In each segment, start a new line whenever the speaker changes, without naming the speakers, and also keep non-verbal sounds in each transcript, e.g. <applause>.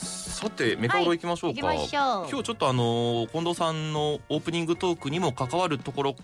さてメカオロ行きましょうか、
はい行きましょう
今日ちょっとあのー近藤さんのオープニングトークにも関わるところ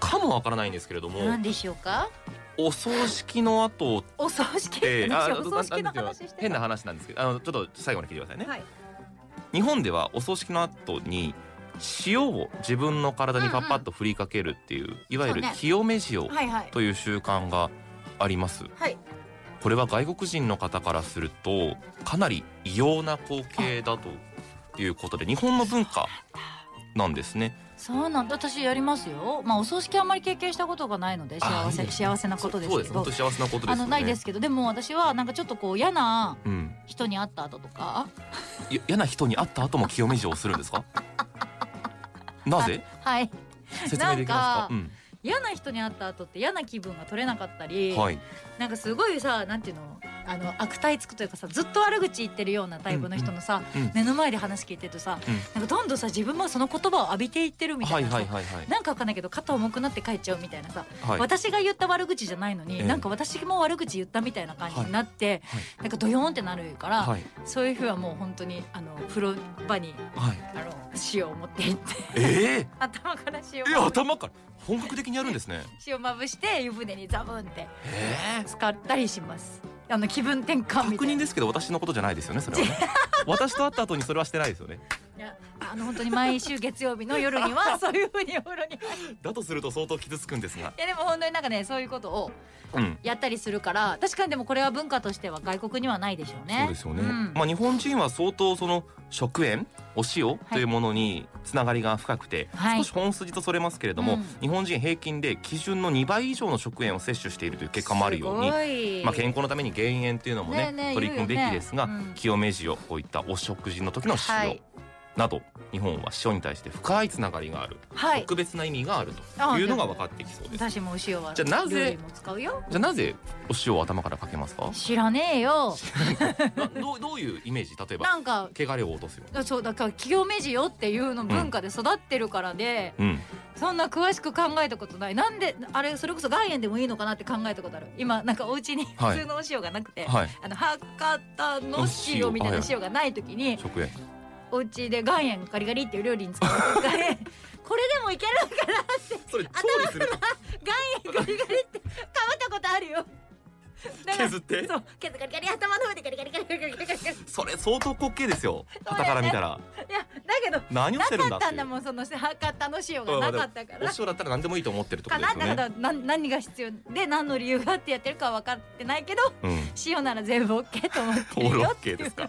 かもわからないんですけれども
何でしょうか
お葬式の後っ
お葬式
て
<laughs> の話
あ
お葬式
な
の
なん
話
ていうの
して
変な話なんですけどあのちょっと最後に聞いてくださいね、
はい
日本ではお葬式の後に塩を自分の体にパッパッと振りかけるっていう、いわゆる
そうね
清め塩
はいはい
という習慣があります
はい
これは外国人の方からするとかなり異様な光景だということで日本の文化なんですね
そうなんだ私やりますよまあお葬式あんまり経験したことがないので幸
あい
せ
いですね
幸せなことです
そう
け
です
ど
本当幸せなことです
あ
よね
のないですけどでも私はなんかちょっとこう嫌な
うん
人に会った後とか
い嫌な人に会った後も清め塩をするん
<laughs>
ですかなぜ
はい
説明できますか
なん嫌な人に会った後って嫌な気分が取れなかった
う
り、
ん、はい
なんかすごいさなんていうのあの悪態つくというかさずっと悪口言ってるようなタイプの人のさ、
うんうん
目の前で話聞いてるとさ、
うん
なんかどんどんさ自分もその言葉を浴びていってるみた
はいい
なさ、
はいはいはい
なんかわかんないけど肩重くなって帰っちゃうみたいなさ、
はい
私が言った悪口じゃないのに、
ええ
なんか私も悪口言ったみたいな感じになって、
はい
なんかドヨーンってなるから、
はい
そういう日はもう本当にあの風呂場に
はい
あの塩を持って行って <laughs>
え
頭から塩
えいや頭から本格的にやるんですね
塩まぶして湯船にザブンって
ええ
使ったりしますあの気分転換み
確
たい
認
な
ですけど私のことじゃないですよねそれはね私と会った後にそれはしてないですよね
いやあの本当に毎週月曜日の夜
<laughs>
にはそういうふうにお風呂に入る
だとすると相当傷つくんですが
いやでも本当になんかねそういうことを
うん
やったりするから確かにでもこれは文化としては外国にはないでしょうね
そうですよね、
ん
まあ日本人は相当その食塩お塩というものにつながりが深くて、
はい
少し本筋とそれますけれども、
うん
日本人平均で基準の2倍以上の食塩を摂取しているという結果もあるように
すごい
まあ、健康のために減塩っていうのもね
ねえねえ
取り組むべきですが、
言うよねうん
清め塩こういったお食事の時の塩、
はい
など日本は塩に対して深いつながりがある、
はい
特別な意味がある
あ
というのが分かってきそうです。
私もお塩は
じゃあなぜ
料理も使うよ
じゃあなぜお塩を頭からかけますか
知らねえよ
などうどういうイメージ例えば
なんか
汚れを落とすような
そうだから企業名人よっていうの文化で育ってるからで、
うん、
そんな詳しく考えたことないなんであれそれこそ岩塩でもいいのかなって考えたことある今なんかお家に
はい
普通のお塩がなくて、
はい
あの博多の塩みたいな塩がない時に
食塩
お家で岩塩ガリガリっていう料理に使う時が
<laughs>
ねこれでもいけるかな
それ調理する
岩塩ガリガリってかぶったことあるよだから
削って
そう削ガリガリ頭の上でガリガリガリガリガリガリガリい
それ相当滑稽ですよ
そう
傍から見たら
やだ
何をしてる
けど
ん
な
だ
か
っい
ってたん
う
だもんその博多の塩がなかったから
お塩だったら何でもいいと思ってるってこ
か
とで
な
す
だ
よ
か
ね、
らな何が必要で何の理由があってやってるかは分かってないけど
うん、
塩なら全部 OK と思って
オー
る
ル
よ
オッ
っ
ケ
てい
ー
う
ですか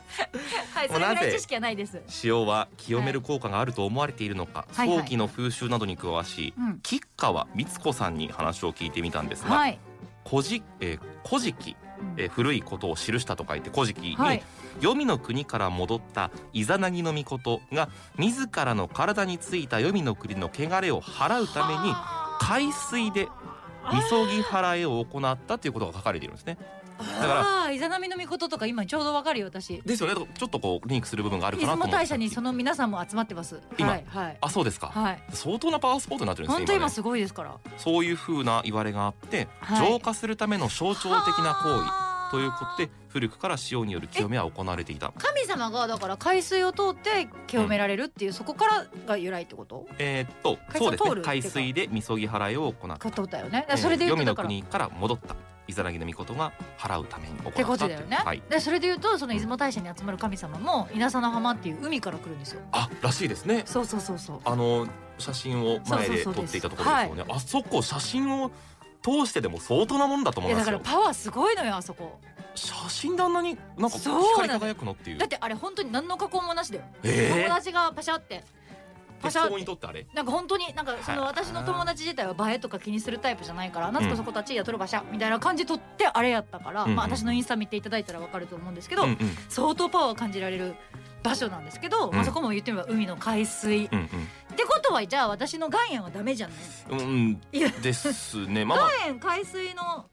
はいそれぐらい知識はないです
塩は清める効果があると思われているのか、
はいはい
早期の風習などに詳しい
うん
吉川光子さんに話を聞いてみたんですが、
はい、
古事えー古事記、えー古いことを記したと書いて古事記に、
はい
黄泉の国から戻ったイザナギの御事が自らの体についた黄泉の国の汚れを払うために海水でみそぎ払いを行ったということが書かれているんですね。だから
ああーイザナミの御事とか今ちょうど分かるよ私
ですよねちょっとこうリンクする部分があるか
出
なと思
雲
って
大社にその皆さんも集まってます
今
はいはい
あそうですか、
はい
相当なパワースポットになってるんですね
本当
今
今
ね
すごいですから
そういう風な言われがあって、
はい
浄化するための象徴的な行為
為
ということで古くから塩による清めは行われていた
神様がだから海水を通って清められるっていう、そこからが由来ってこと
えーっと
海水
そうです
通
ね
るっていうか
海水でみそぎ払いを行った、
ことだよねだか
え
らそれで言う
黄
と
泉の
だから
国から戻ったイザナギの御事が払うために行った
ってことだよね、
はい、
でそれで言うとその出雲大社に集まる神様も稲佐の浜っていう海から来るんですよ
あらしいですね
そうそうそうそう
あの写真を前で撮
そうそうそう
っ
です
ていたところですよねあそこ写真を通してでも相当なもんだと思
い
い
や
ま
だ
す
から
よ
パワーすごいのよあそこ
写真であんなになんか
そう
光
な
り
の
輝くのっていう
だってあれ本当に何の加工もなしだよ、
え
友
ー、
達がパシャってパ
適
シャっ
当
て
にとってあれ
なんか本当になんかその
はい
私の友達自体は映えとか気にするタイプじゃないから「夏
う
子
ん
そこ立ちやとるばしゃ」みたいな感じ取ってあれやったから、
うんうん
まあ、私のインスタ見ていただいたらわかると思うんですけど、
うんうん
相当パワー感じられる場所なんですけど、ま
う
あ、
ん
そこも言ってみれば海の海水、っ
うんうん
てことはじゃあ私の岩塩はダメじゃない
うん
いや
ですね。まあまあ
岩塩海水の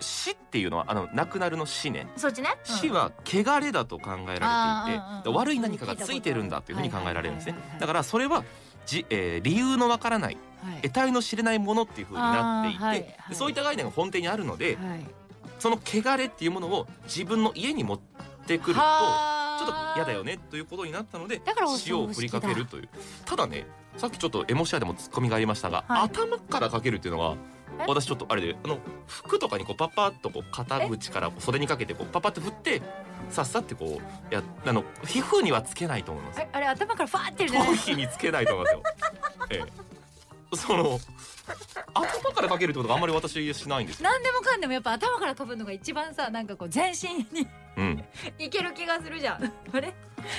死っていうのはあの亡くなるの死ね。
そっちね、うん
死は汚れだと考えられていて
あーうんうん、
で悪い何かがついてるんだというふうに考えられるんですね
はいはいはいはい。
だからそれはじ、えー理由のわからない
はい
得体の知れないものっていうふうになっていて、
あーはいはい
でそういった概念が本底にあるので、
はい
その汚れっていうものを自分の家に持ってくると。
はあ
ちょっと
ー
嫌だよねということになったので
だからお
塩
葬
を
式だ
振りかけるというただねさっきちょっとエモシアでもツッコミがありましたが、
はい
頭からかけるっていうのが
え
私ちょっとあれであの服とかにこうパッパッとこう肩口からこう袖にかけてこうパッパッと振ってさっさってこうやあの皮膚にはつけないと思います
あれあれ頭からファーってるじゃない
頭皮につけないと思いますよ。ええ、その頭からかけるってことがあんまり私しないんですよ。
何でもかんでもやっぱ頭からかぶるのが一番さなんかこう全身に
うん、
いける気がするじゃん <laughs> あれ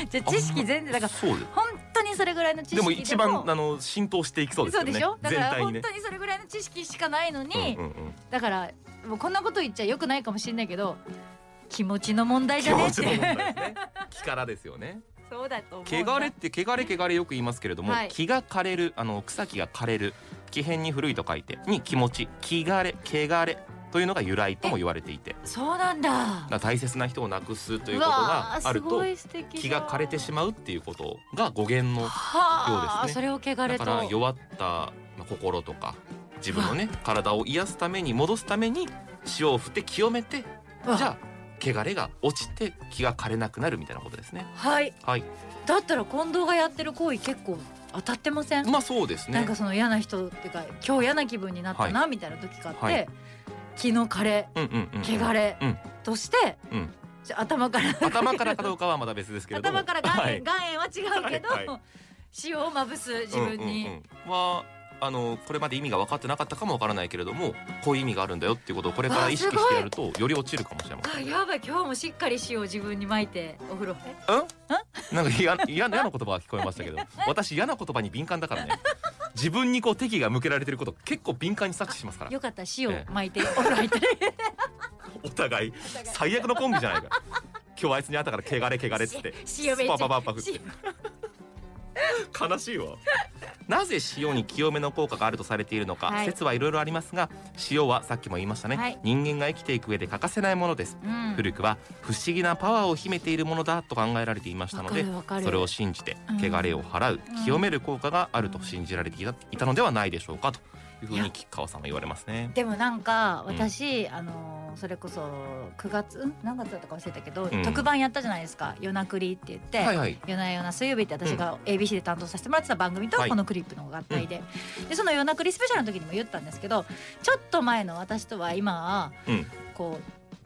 じゃあ知識全然だから
そうで
本当にそれぐらいの知識
す。でも一番あの浸透していきそうです
そ
よ
う
ね。
でしょだから
全体に
本
ね。
当にそれぐらいの知識しかないのに、
うんうんうん
だからもうこんなこと言っちゃよくないかもしれないけど気持ちの問題じ
気
ゃね
持
っ
ちの問
て
題ですね。 <laughs> 気からですよね。
<laughs> そうだと思う
汚れって汚れ汚れよく言いますけれども、
はい
気が枯れるあの草木が枯れる気変に古いと書いてに気持ち気がれ汚れというのが由来とも言われていて、
そうなんだ
だから大切な人をなくすと
と
いうことがあると気
気
が枯れてしまうっていうことが語源のよう
はあ、
ですね
それを汚
だ
れと
から弱った心とか自分のね体を癒すために戻すために塩を振って清めてじゃあ汚れが落ちて気が枯れなくなるみたいなことですね。
あはい
はい、
だったら近藤がやってる行為結構当たってません、
まあそうです
なん
ね
か。その嫌な人っていうか今日嫌な気分になったなみたいな時があって、
はい
気の枯れ
うんうんうんうん。
汚れ
うん
として、
うん
じゃあ頭から
頭からかどうかはまだ別ですけれども。
頭から岩
はい
塩、岩塩は違うけど、
はいは
塩をまぶす自分に、
うんうんうんはあのこれまで意味が分かってなかったかもわからないけれどもこういう意味があるんだよっていうことをこれから意識してやるとより落ちるかもしれません。
あやばい今日もしっかり塩を自分に撒いてお風呂
なんか嫌嫌嫌な言葉が聞こえましたけ
<laughs>
ど私嫌な言葉に敏感だからね自分にこう敵が向けられてること結構敏感に察知しますから
よかったら塩を撒いてお風呂入って
お互い最悪のコンビじゃないか今日あいつに会ったから汚れ汚れっつって
塩めっちゃ
スパパパパ振って悲しいわなぜ塩に清めの効果があるとされているのか、
はい
説はいろいろありますが塩はさっきも言いましたね、
はい
人間が生きていく上で欠かせないものです、
うん
古くは不思議なパワーを秘めているものだと考えられていました
わ
の
か
で
るわかる
それを信じて
うん
汚れを払う、
うん
清める効果があると信じられていたいたのではないでしょうかというふう
い
に
や
吉川さんは言われますね。
でもなんか私、あのそれこそ9月ん何月だったか忘れたけど、
うん
特番やったじゃないですか「夜なくり」って言って。
はいはい。
夜な夜な水曜日って私が ABC で担当させてもらってた番組と
はい
このクリップの合体で,、でその夜なくりスペシャルの時にも言ったんですけどちょっと前の私とは今
うん
こ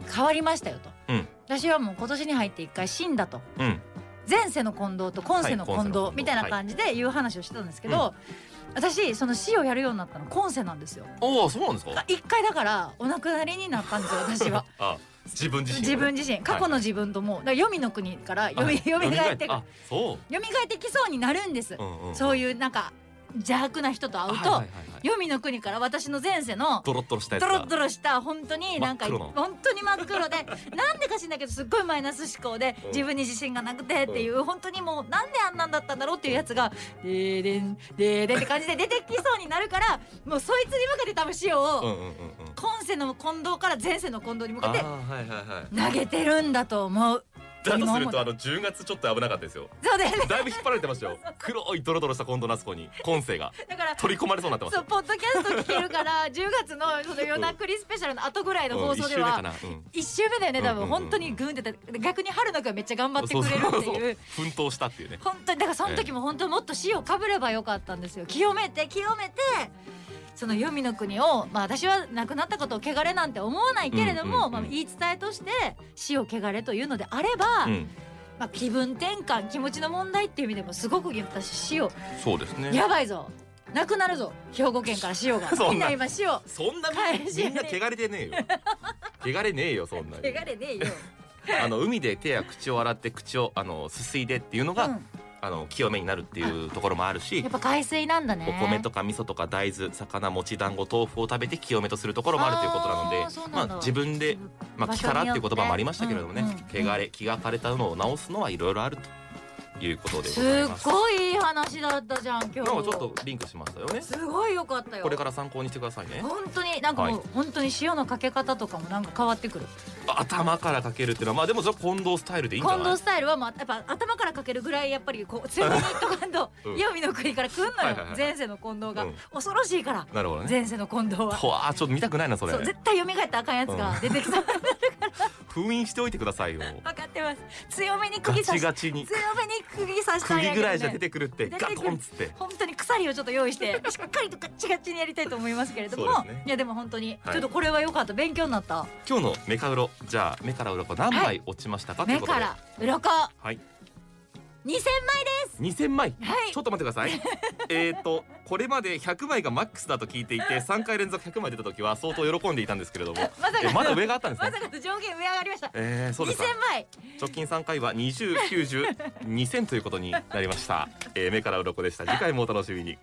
う変わりましたよと、
うん
私はもう今年に入って一回死んだと
うん
前世の近藤と今世の
は
近藤
い今世の近藤
みたいな感じでいう話をしてたんですけど、私その死をやるようになったの今世なんですよ。
おおそうなんですか。
一回だからお亡くなりになったんですよ私は
あ自 <laughs> 分自身
自分自身過去の自分ともうだから黄泉の国からよみ蘇ってくる
あそ
蘇ってきそうになるんです
う。うんうん、
そう
う
いうなんか邪悪な人と会う
はいは
と
いはいはい
黄泉の国から私の前世の
ドロッドロしたやつ
ド
が
ロドロした本当になんか
真っ黒の
本当に真っ黒で <laughs> なんでか知んないけどすっごいマイナス思考で
うん
自分に自信がなくてっていう本当にもうなんであんなんだったんだろうっていうやつが「でーでんでーでん」って感じで出てきそうになるからもうそいつに向けて多分塩を。
うんうんうんうん。
今世の近藤から前世の近藤に向かって
ーはいはいはい。
投げてるんだと思う。
だとする
今思った
とあの10月ちょっと危なかったですよ。
そうです。
だいぶ引っ張られてました
<laughs>
よ。黒いドロドロした近藤夏子に今世が
だから。
取り込まれそうになってまし
<laughs> そうポッドキャスト聞けるから10月のその夜なくりスペシャルの後ぐらい
た。
の放
うん
送
一周
で
目か
は
な。うん。
1週目だよね多
うんうんう
分
ん
本当にグンってた逆に春菜くんはめっちゃ頑張ってくれる
そう
っ
そう
て
そ
いうう。
奮闘したっていうね。
本当にだからその時も本当もっと死をかぶればよかったんですよ清めて清めてその黄泉の国をまあ私は亡くなったことを汚れなんて思わないけれども、
うんうんうん
まあ、言い伝えとして死を汚れというのであれば、
うん。
まあ、気分転換気持ちの問題っていう意味でもすごく私死を
そうですね。
やばいぞなくなるぞ兵庫県から塩が
<laughs> そんな
みんな今塩汚
そんな
返
み
し
みんな汚れてねえよ。汚れねえよそんなに。
れねえ
<laughs>
よ、
あの海で手や口を洗って口をあのすすいでっていうのが、
う
あの清めになるっていうところもある
ん、
し
やっ。ぱ海水なんだ
お
ね
米とか味噌とか大豆魚餅団子豆腐を食べて清めとするところもあるということなので
あーそうなんだ
まあ、自分で、まあ、
場
気
所
からっ
に
て
よ
いう言葉もありましたけれどもね、
うんうん
汚れ気が枯れたのを直すのはいろいろあるということでご
す
ざいます。
っごいいい話だったじゃん今日
なんかちょっとリンクしましたよね。
すごい良かったよ
これから参考にしてくださいね。
本当になんかもう、
は
本当に塩のかけ方とかもなんか変わってくる
頭からかけるっていうのはまあでもそれ近藤スタイルでいいんじゃ
近
ない
藤？スタイルは、まあ、やっぱ頭からかけるぐらいやっぱりこう強めにいっとかんと
うん
<laughs> 黄泉の国から来んのよ、
はいはいはい
前世の近藤が、
うん
恐ろしいから
なるほどね。
前世の近藤は
ほわーちょっと見たくないなそれ。
<laughs> そう絶対蘇ったらあかんやつが出てきそう、
封印しておいてくださいよ
分かってます強めに
ガ
釘刺
チ
し
ガチに
強めに釘刺したん
釘
やけど、ね、
ぐらいじゃ出てくるって
出て
ガ
くる
コンっつって
本当に鎖をちょっと用
<laughs>
意してしっかりとガッチガチにやりたいと思いますけれど
そ
も、
うですね
いやでも本当に、
はい
ちょっとこれは良かった勉強になった
今日のメカウロじゃあ目から鱗何
は
枚落ちましたかとい
目
うこと
か
で
ら鱗
はい
2000
2000枚
枚はい
ちょっと待ってくださ
<laughs>
いえっとこれまで100枚がマックスだと聞いていて3回連続100枚出た時は相当喜んでいたんですけれども
まさ
え
か
まだ上があったんです
ま
ね
さかの上限上上がりました
えー、そう
2000
ですか
枚
直近3回は20、90、2000ということになりました、えー、目から鱗でした次回もお楽しみに